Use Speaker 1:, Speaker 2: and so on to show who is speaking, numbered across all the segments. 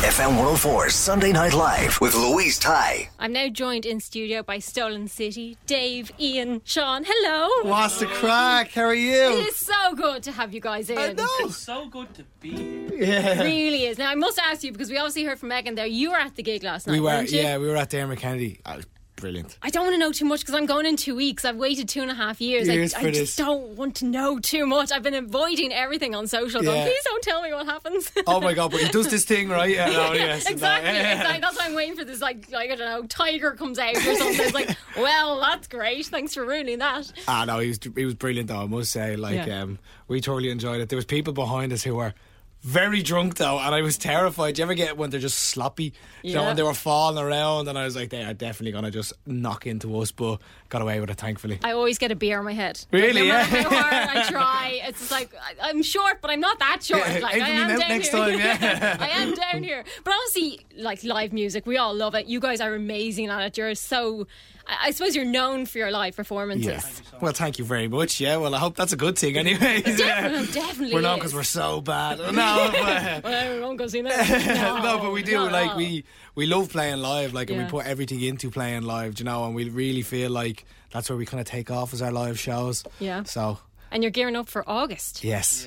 Speaker 1: FM 104 Sunday Night Live with Louise Ty.
Speaker 2: I'm now joined in studio by Stolen City, Dave, Ian, Sean. Hello.
Speaker 3: What's the crack? How are
Speaker 2: It
Speaker 3: you?
Speaker 2: is so good to have you guys in.
Speaker 3: I know.
Speaker 4: so good to be here.
Speaker 2: It
Speaker 3: Yeah.
Speaker 2: really is. Now I must ask you because we obviously heard from Megan there. You were at the gig last night.
Speaker 3: We were,
Speaker 2: weren't you?
Speaker 3: yeah, we were at Dermot Kennedy. That was brilliant.
Speaker 2: I don't want to know too much because I'm going in two weeks. I've waited two and a half years.
Speaker 3: Years
Speaker 2: I,
Speaker 3: for
Speaker 2: I
Speaker 3: this.
Speaker 2: just don't want to know too much. I've been avoiding everything on social. Going,
Speaker 3: Yeah.
Speaker 2: please don't tell me what happens.
Speaker 3: Oh my god, but he does this thing, right? Yeah, no, Oh, yes, no,
Speaker 2: exactly.
Speaker 3: yeah.
Speaker 2: It's like- that's why I'm waiting for this. Like, like I don't know, tiger comes out or something. It's like, well, that's great. Thanks for ruining that.
Speaker 3: Ah, no, he was he was brilliant though. I must say, like
Speaker 2: Yeah.
Speaker 3: um, we totally enjoyed it. There was people behind us who were very drunk though, and I was terrified. Do you ever get when they're just sloppy? You know,
Speaker 2: Yeah.
Speaker 3: when they were falling around, and I was like, they are definitely gonna just knock into us, but got away with it thankfully.
Speaker 2: I always get a beer in my head.
Speaker 3: Really?
Speaker 2: No matter
Speaker 3: Yeah.
Speaker 2: how hard I try, it's just like I- I'm short, but I'm not that short.
Speaker 3: Yeah,
Speaker 2: like
Speaker 3: even
Speaker 2: I
Speaker 3: me
Speaker 2: am
Speaker 3: out
Speaker 2: down
Speaker 3: next
Speaker 2: here.
Speaker 3: time, yeah.
Speaker 2: I am down here. But obviously, like live music, we all love it. You guys are amazing at it. You're so. I I suppose you're known for your live performances.
Speaker 3: Yeah. Well, thank you very much. Yeah. Well, I hope that's a good thing, anyway.
Speaker 2: Definitely, definitely.
Speaker 3: We're not
Speaker 2: is.
Speaker 3: because we're so bad. No, but,
Speaker 2: Well, we won't go see that.
Speaker 3: no, but we do.
Speaker 2: not at
Speaker 3: Like
Speaker 2: all.
Speaker 3: we we love playing live. Like and
Speaker 2: Yeah.
Speaker 3: we put everything into playing live. do You know, and we really feel like that's where we kind of take off as our live shows.
Speaker 2: Yeah.
Speaker 3: So
Speaker 2: And you're gearing up for August.
Speaker 3: yes,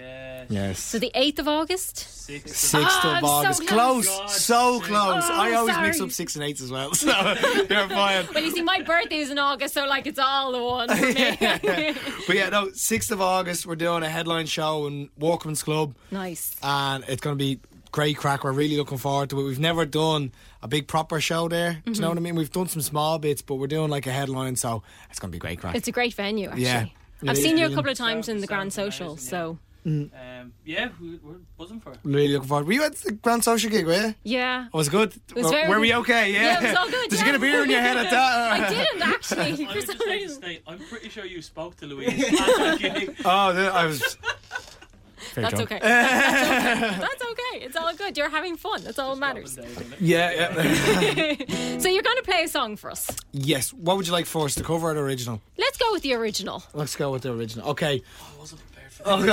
Speaker 3: yes.
Speaker 2: So the 8th of August?
Speaker 4: Six.
Speaker 3: Sixth
Speaker 2: Ah,
Speaker 3: of
Speaker 2: I'm so
Speaker 3: August,
Speaker 2: close.
Speaker 3: close,
Speaker 4: God,
Speaker 3: so
Speaker 4: six.
Speaker 3: close.
Speaker 2: Oh,
Speaker 3: I always mix
Speaker 2: sorry.
Speaker 3: up six and eights as well, so you're fine.
Speaker 2: Well, you see, my birthday is in August, so like it's all the one for me.
Speaker 3: But yeah, no, sixth of August, we're doing a headline show in Walkman's Club.
Speaker 2: nice.
Speaker 3: and it's going to be great crack. We're really looking forward to it. We've never done a big proper show there. Do you
Speaker 2: Mm-hmm.
Speaker 3: know what I mean? We've done some small bits, but we're doing like a headline, so it's going to be great crack.
Speaker 2: It's a great venue, actually.
Speaker 3: Yeah.
Speaker 2: I've
Speaker 3: Yeah.
Speaker 2: seen you a
Speaker 3: Yeah.
Speaker 2: couple of times
Speaker 4: Sounds-
Speaker 2: in the Grand
Speaker 4: sounds
Speaker 2: Social,
Speaker 4: amazing,
Speaker 2: so
Speaker 4: Um, yeah, we, we're buzzing for it.
Speaker 3: really looking forward. Were you at the Grand Social gig? Were you?
Speaker 2: yeah.
Speaker 3: Was it good?
Speaker 2: was
Speaker 3: were,
Speaker 2: very
Speaker 3: Oh, were
Speaker 2: good.
Speaker 3: we okay? Yeah.
Speaker 2: it was all good.
Speaker 3: Did
Speaker 2: yeah.
Speaker 3: you get a beer in your head at that?
Speaker 2: I didn't actually.
Speaker 4: I
Speaker 2: For
Speaker 4: would
Speaker 2: some
Speaker 4: just like to
Speaker 2: reason,
Speaker 4: state, I'm pretty sure you spoke to Louise. at the gig.
Speaker 3: Oh, th- I was. Fair
Speaker 2: that's
Speaker 3: joke.
Speaker 2: okay. That's okay. That's okay. It's all good. You're having fun. That's all that matters.
Speaker 3: Yeah, yeah.
Speaker 2: So you're going to play a song for us.
Speaker 3: yes. What would you like for us, the cover or the original?
Speaker 2: Let's go with the original.
Speaker 3: Let's go with the original. Okay.
Speaker 4: I wasn't prepared for that.
Speaker 3: Oh,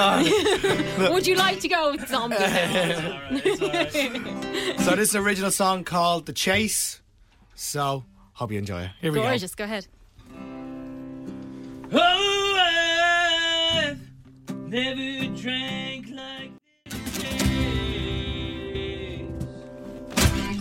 Speaker 3: God.
Speaker 2: Would you like to go with Zombie? now?
Speaker 4: It's all right, it's all right.
Speaker 3: so, this is an original song called The Chase. So, hope you enjoy it. Here we go.
Speaker 2: Gorgeous. Go ahead.
Speaker 4: Oh, I've never drank like this.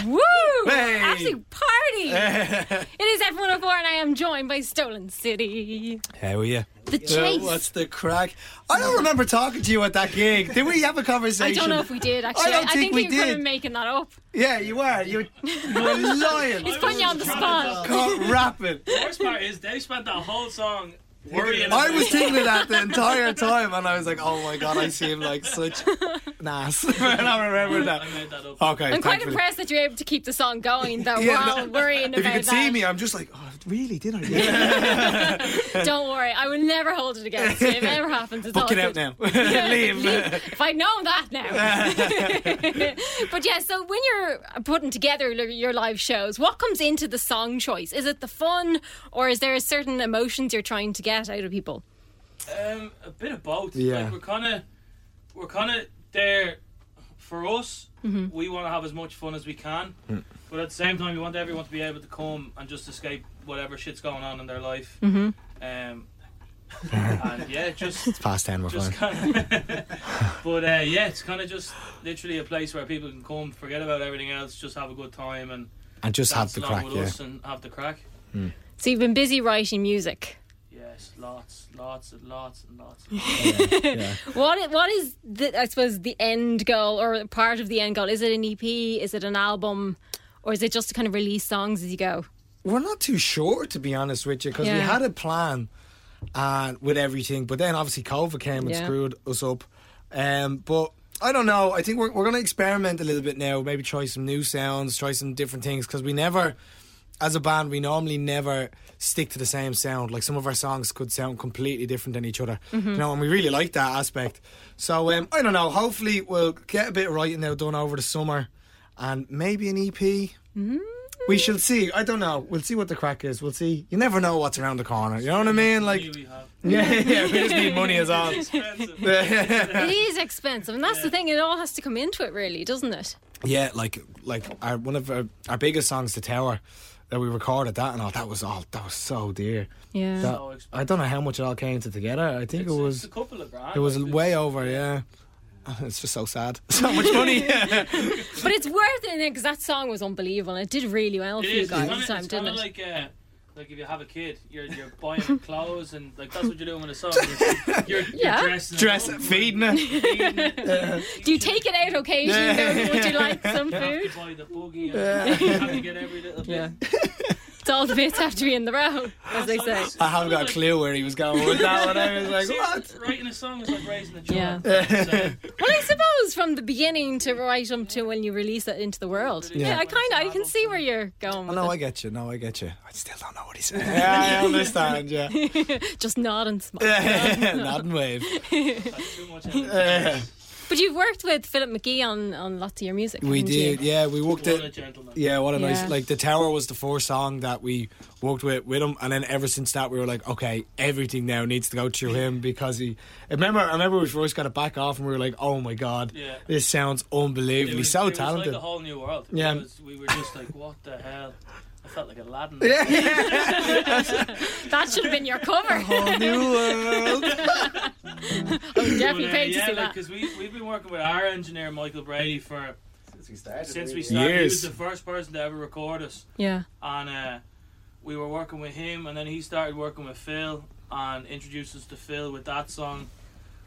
Speaker 2: Woo!
Speaker 3: Hey!
Speaker 2: Absolute party. it is F104, and I am joined by Stolen City.
Speaker 3: How are you?
Speaker 2: The chase.
Speaker 3: Uh, what's the crack? I don't remember talking to you at that gig. Did we have a
Speaker 2: I
Speaker 3: conversation?
Speaker 2: don't know if we did actually.
Speaker 3: I don't think we
Speaker 2: you're kind of
Speaker 3: did.
Speaker 2: making that up.
Speaker 3: Yeah, you were. You were, you were lying.
Speaker 2: It's putting you on the spot.
Speaker 3: Caught rapping.
Speaker 4: The worst part is they spent that whole song worrying.
Speaker 3: I
Speaker 4: about
Speaker 3: was
Speaker 4: it.
Speaker 3: thinking of that the entire time, and I was like, "Oh my god, I seem like such an ass." and I remember that.
Speaker 4: I made that up.
Speaker 3: Okay,
Speaker 2: I'm quite
Speaker 3: thankfully.
Speaker 2: impressed that you're able to keep the song going though.
Speaker 3: Yeah,
Speaker 2: We're all
Speaker 3: no.
Speaker 2: worrying
Speaker 3: If you
Speaker 2: about
Speaker 3: could
Speaker 2: that.
Speaker 3: see me, I'm just like, "Oh, really? Did I?"
Speaker 2: Don't worry, I will never hold it against you. If it ever happens, it's all
Speaker 3: Book it
Speaker 2: good.
Speaker 3: out now. Leave.
Speaker 2: If I'd known that now. but yeah, so when you're putting together li- your live shows, what comes into the song choice? Is it the fun, or is there a certain emotions you're trying to get out of people?
Speaker 4: Um, a bit of both.
Speaker 3: Yeah.
Speaker 4: Like we're kind of, we're kind of there. For us, we want to have as much fun as we can,
Speaker 3: Hmm.
Speaker 4: but at the same time, we want everyone to be able to come and just escape whatever shit's going on in their life. Um, and yeah, just
Speaker 3: Past ten, we're
Speaker 4: just
Speaker 3: fine.
Speaker 4: kind of. but uh, yeah, it's kind of just literally a place where people can come, forget about everything else, just have a good time and
Speaker 3: And just have
Speaker 4: dance
Speaker 3: the
Speaker 4: along
Speaker 3: crack.
Speaker 4: with
Speaker 3: Yeah.
Speaker 4: us and have the crack.
Speaker 2: So you've been busy writing music.
Speaker 4: Yes, lots, lots and lots and lots. And lots.
Speaker 2: What i- what is the I suppose the end goal or part of the end goal? Is it an EP? Is it an album? Or is it just to kind of release songs as you go?
Speaker 3: We're not too sure, to be honest with you, because we
Speaker 2: Yeah.
Speaker 3: had a plan uh, with everything, but then obviously COVID came and
Speaker 2: Yeah.
Speaker 3: screwed us up. Um, but I don't know. I think we're, we're going to experiment a little bit now. Maybe try some new sounds, try some different things because we never, as a band, we normally never stick to the same sound. Like some of our songs could sound completely different than each other, you know. And we really like that aspect. So um, I don't know. Hopefully, we'll get a bit of writing now done over the summer, and maybe an EP. We shall see. I don't know. We'll see what the crack is. We'll see. You never know what's around the corner. You know what I mean? Like,
Speaker 4: We have
Speaker 3: yeah, yeah. We just need money as all.
Speaker 4: expensive.
Speaker 2: It is expensive, and that's the thing. It all has to come into it, really, doesn't it?
Speaker 3: Yeah, like like our, one of our, our biggest songs, "The Tower," that we recorded that and all. That was all. That was so dear.
Speaker 2: Yeah.
Speaker 3: That-
Speaker 4: So expensive.
Speaker 3: I don't know how much it all came to together. I think it
Speaker 4: It's
Speaker 3: was
Speaker 4: a couple of grand.
Speaker 3: it was
Speaker 4: like,
Speaker 3: way over. Yeah, it's just so sad. So much money.
Speaker 2: But it's worth it because that song was unbelievable. and It did really well for
Speaker 4: It
Speaker 2: you
Speaker 4: is.
Speaker 2: guys
Speaker 4: it's
Speaker 2: this
Speaker 4: kinda,
Speaker 2: time,
Speaker 4: it's
Speaker 2: didn't
Speaker 4: kinda
Speaker 2: it?
Speaker 4: like uh, like if you have a kid, you're you're buying clothes and like that's what you're doing with a song. You're, you're, you're
Speaker 2: Yeah.
Speaker 4: dressing. it
Speaker 3: Dress
Speaker 4: up,
Speaker 3: feeding it.
Speaker 4: feeding it,
Speaker 2: Do you take it out occasionally? though? Would you like some
Speaker 4: you have
Speaker 2: food?
Speaker 4: to buy the buggy. And you have to get every little bit.
Speaker 2: Yeah. It's all the bits have to be in the row, as they say.
Speaker 3: I haven't got a clue where he was going with that one. I was like, what?
Speaker 4: Seriously, Writing a song is like raising a child. uh,
Speaker 2: Well, I suppose from the beginning to right up to when you release it into the world. Yeah, I kind of I can see where you're going.
Speaker 3: Oh,
Speaker 2: With
Speaker 3: no,
Speaker 2: it.
Speaker 3: I get you. No, I get you. I still don't know what he said. Yeah, I understand. Yeah,
Speaker 2: Just nod and smile.
Speaker 3: nod and wave.
Speaker 4: Too much energy.
Speaker 2: But you've worked with Philip McGee on, on lots of your music.
Speaker 3: We
Speaker 2: haven't you?
Speaker 3: did. Yeah, we walked
Speaker 4: What a
Speaker 3: it.
Speaker 4: gentleman.
Speaker 3: Yeah, what a
Speaker 2: Yeah.
Speaker 3: nice like the tower was the first song that we worked with with him, and then ever since that we were like, okay, everything now needs to go through him because he. I remember, I remember we first got it back off, and we were like, oh my god,
Speaker 4: Yeah.
Speaker 3: this sounds
Speaker 4: It
Speaker 3: unbelievably
Speaker 4: was-
Speaker 3: so
Speaker 4: it was
Speaker 3: talented.
Speaker 4: like a whole new world. It
Speaker 3: Yeah.
Speaker 4: was- we were just like, what the hell? I felt like Aladdin.
Speaker 2: That should have been your cover.
Speaker 3: Whole new world.
Speaker 2: Definitely
Speaker 4: But, uh,
Speaker 2: paid to
Speaker 4: yeah,
Speaker 2: see that.
Speaker 4: because we we've been working with our engineer Michael Brady for
Speaker 5: Since we started.
Speaker 4: since we
Speaker 5: really.
Speaker 4: started. He was
Speaker 3: Years.
Speaker 4: the first person to ever record us,
Speaker 2: Yeah.
Speaker 4: and uh, we were working with him, and then he started working with Phil and introduced us to Phil with that song.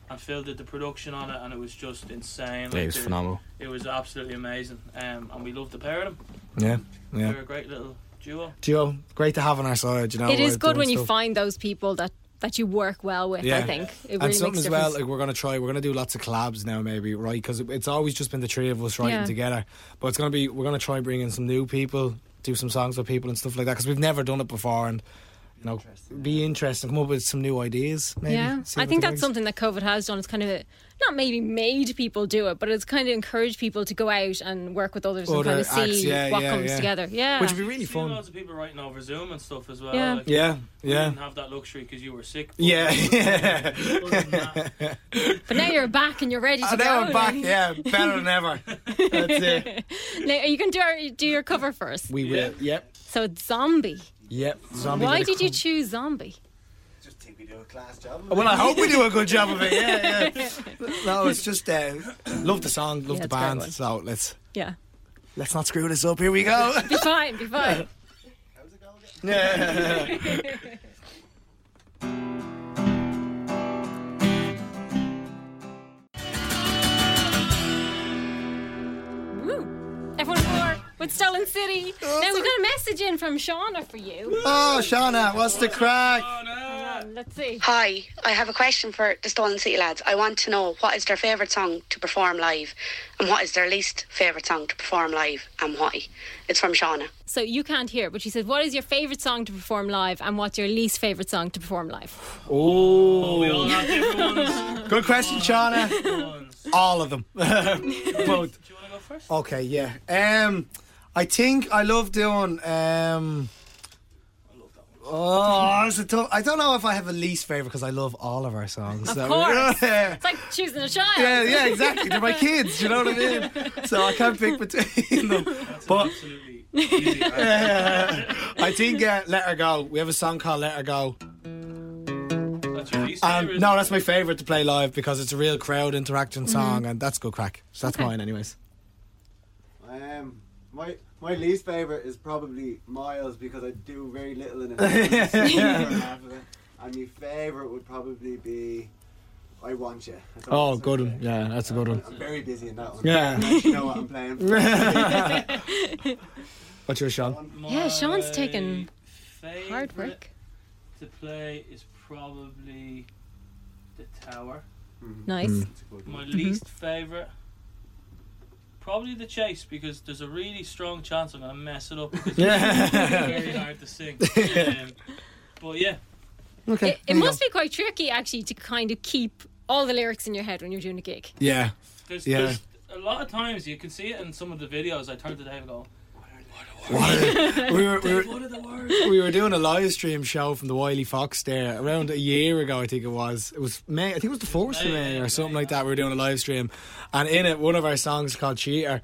Speaker 4: And Phil did the production on it, and it was just insane.
Speaker 5: Yeah,
Speaker 4: Like,
Speaker 5: it was
Speaker 4: the-
Speaker 5: phenomenal.
Speaker 4: It was absolutely amazing, um, and we loved the pair of them.
Speaker 3: yeah, yeah.
Speaker 4: They were a great little duo.
Speaker 3: Joe, great to have on our side. You know,
Speaker 2: It is
Speaker 3: we're
Speaker 2: good
Speaker 3: doing
Speaker 2: when you
Speaker 3: stuff.
Speaker 2: find those people that, that you work well with, I think. It really
Speaker 3: and something
Speaker 2: makes
Speaker 3: as
Speaker 2: a
Speaker 3: well,
Speaker 2: difference.
Speaker 3: like we're gonna try, we're gonna do lots of collabs now, maybe, right? Because it's always just been the three of us writing
Speaker 2: Yeah.
Speaker 3: together, but it's gonna be we're gonna try bring in some new people, do some songs with people and stuff like that, because we've never done it before, and you know, be interesting, come up with some new ideas. Maybe,
Speaker 2: yeah,
Speaker 3: see
Speaker 2: I think
Speaker 3: what the
Speaker 2: that's
Speaker 3: next-
Speaker 2: something that COVID has done. It's kind of not maybe made people do it, but it's kind of encouraged people to go out and work with others
Speaker 3: Other
Speaker 2: and kind of
Speaker 3: acts,
Speaker 2: see
Speaker 3: yeah,
Speaker 2: what
Speaker 3: yeah,
Speaker 2: comes
Speaker 3: yeah.
Speaker 2: together. Yeah,
Speaker 3: which would be really
Speaker 4: Seen
Speaker 3: fun.
Speaker 4: loads of people writing over Zoom and stuff as well.
Speaker 2: Yeah.
Speaker 4: like,
Speaker 3: Yeah,
Speaker 4: We
Speaker 3: yeah,
Speaker 4: didn't have that luxury because you were sick. but
Speaker 3: yeah, yeah.
Speaker 4: other than that,
Speaker 2: but now you're back and you're ready to
Speaker 3: And
Speaker 2: go.
Speaker 3: Ah, now we're back, yeah, better than ever. That's it.
Speaker 2: Now, are you can do our, do your cover for us?
Speaker 3: We will. Yep,
Speaker 2: So it's zombie.
Speaker 3: yep. Zombie
Speaker 2: Why
Speaker 3: with a
Speaker 2: did you
Speaker 3: cum.
Speaker 2: choose zombie?
Speaker 5: Just think we do a class job.
Speaker 3: Well, I hope we do a good job of it. Yeah, yeah. No, it's just uh, love the song, love
Speaker 2: Yeah, it's
Speaker 3: the
Speaker 2: a great
Speaker 3: band.
Speaker 2: one.
Speaker 3: So let's
Speaker 2: Yeah,
Speaker 3: let's not screw this up. Here we go.
Speaker 2: be fine, be fine.
Speaker 5: How's it going again?
Speaker 2: Woo. Everyone four with Stolen City. Now we got a message in from Shauna for you. Uh,
Speaker 3: oh, Shauna, what's the crack?
Speaker 2: Let's see.
Speaker 6: Hi, I have a question for the Stolen City lads. I want to know what is their favourite song to perform live and what is their least favourite song to perform live and why. It's from Shauna.
Speaker 2: So you can't hear, but she said, "What is your favorite song to perform live, and what's your least favorite song to perform live?"
Speaker 4: we all have different ones.
Speaker 3: Good question, Shauna.
Speaker 4: Different ones.
Speaker 3: All of them. Both.
Speaker 4: Do you want to go first?
Speaker 3: Okay, yeah. Um, I think I love doing. Um, oh, it's a tough. I don't know if I have a least favorite because I love all of our songs.
Speaker 2: Of
Speaker 3: So-
Speaker 2: course.
Speaker 3: yeah,
Speaker 2: It's like choosing a child.
Speaker 3: yeah, exactly. They're my kids. You know what I mean. So I can't pick between them. But
Speaker 4: Absolutely. Easy. I
Speaker 3: I think uh, "Let Her Go." We have a song called "Let Her Go."
Speaker 4: That's your least
Speaker 3: Um,
Speaker 4: favourite.
Speaker 3: no, that's my favourite to play live because it's a real crowd interaction
Speaker 2: Mm-hmm.
Speaker 3: song, and that's good crack. So that's mine, anyways.
Speaker 5: Um, my my least favorite is probably Miles because I do very little in it. and my favorite would probably be I Want You. That's a-
Speaker 3: Oh,
Speaker 5: that's a-
Speaker 3: good one. Yeah, that's a good one.
Speaker 5: I'm very busy in that one.
Speaker 3: Yeah.
Speaker 5: I actually know what I'm playing. For.
Speaker 3: What's yours, Sean?
Speaker 2: Yeah, Sean's taking
Speaker 4: My
Speaker 2: Hard
Speaker 4: favourite
Speaker 2: work.
Speaker 4: To play is probably the Tower.
Speaker 2: Nice.
Speaker 3: Mm.
Speaker 2: Mm-hmm.
Speaker 4: My least favorite Probably the chase because there's a really strong chance I'm gonna mess it up because it's
Speaker 3: Yeah.
Speaker 4: very hard to sing. Um, but yeah,
Speaker 3: okay.
Speaker 2: It, it must be quite tricky, actually, to kind of keep all the lyrics in your head when you're doing a gig.
Speaker 3: Yeah.
Speaker 4: there's,
Speaker 3: Yeah.
Speaker 4: there's a lot of times you can see it in some of the videos. I turn to Dave and go,
Speaker 3: We were, we were,
Speaker 4: "What are the words?"
Speaker 3: we were doing a live stream show from the Wiley Fox there around a year ago, I think it was. It was May, I think it was the 4th of May or something like that. We were doing a live stream, and in it, one of our songs called Cheater.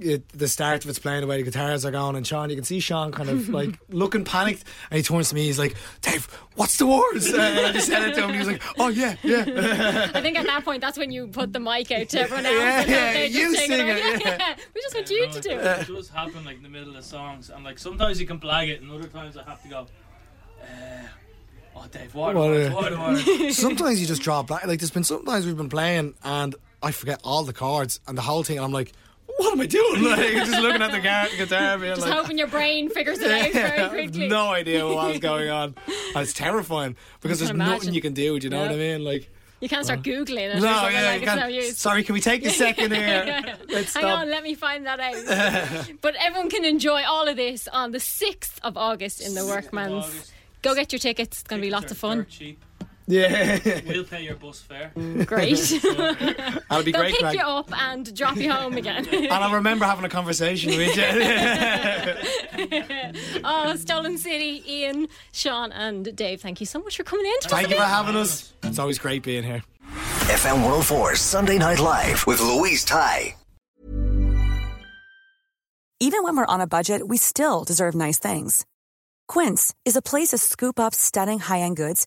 Speaker 3: It, the start of it's playing the way the guitars are going, and Sean, you can see Sean kind of like looking panicked, and he turns to me, he's like, Dave, what's the words? Uh, and I just said it to him, and he was like, Oh, yeah, yeah.
Speaker 2: I think at that point, that's when you put the mic out to everyone else.
Speaker 3: Yeah,
Speaker 2: and
Speaker 3: yeah,
Speaker 2: they just
Speaker 3: you
Speaker 2: take
Speaker 3: sing
Speaker 2: over.
Speaker 3: it, yeah.
Speaker 2: We just want you to do it.
Speaker 4: It does happen like in the middle of songs, and like sometimes you can blag it, and other times I have to go. Uh, oh, Dave, what?
Speaker 3: What
Speaker 4: What?
Speaker 3: are-
Speaker 4: What? what?
Speaker 3: sometimes you just draw back. Like there's been sometimes we've been playing and I forget all the chords and the whole thing. And I'm like, what am I doing? Like just looking at the gar- guitar, being
Speaker 2: Just
Speaker 3: like,
Speaker 2: hoping your brain figures it out very
Speaker 3: I have
Speaker 2: quickly.
Speaker 3: no idea what was going on. And it's terrifying because there's
Speaker 2: can
Speaker 3: nothing
Speaker 2: imagine.
Speaker 3: you can do. Do you know what I mean? Like.
Speaker 2: You can't start Googling it. or
Speaker 3: No,
Speaker 2: something,
Speaker 3: yeah,
Speaker 2: like,
Speaker 3: you
Speaker 2: it's
Speaker 3: can't-
Speaker 2: no use.
Speaker 3: Sorry, can we take a second here? Let's
Speaker 2: Hang
Speaker 3: stop.
Speaker 2: on, let me find that out. but everyone can enjoy all of this on the 6th of August in the Workman's.
Speaker 4: August.
Speaker 2: Go get your tickets. It's going to be lots of
Speaker 4: They're
Speaker 2: fun.
Speaker 4: cheap.
Speaker 3: yeah,
Speaker 4: We'll pay your bus fare.
Speaker 2: Great.
Speaker 3: that'll be
Speaker 2: They'll
Speaker 3: great,
Speaker 2: pick
Speaker 3: Greg.
Speaker 2: you up and drop you home again.
Speaker 3: And I remember having a conversation with you.
Speaker 2: oh, Stolen City, Ian, Sean, and Dave, thank you so much for coming in.
Speaker 3: Thank you for having us. It's always great being here.
Speaker 1: FM 104 Sunday Night Live with Louise Ty.
Speaker 7: Even when we're on a budget, we still deserve nice things. Quince is a place to scoop up stunning high-end goods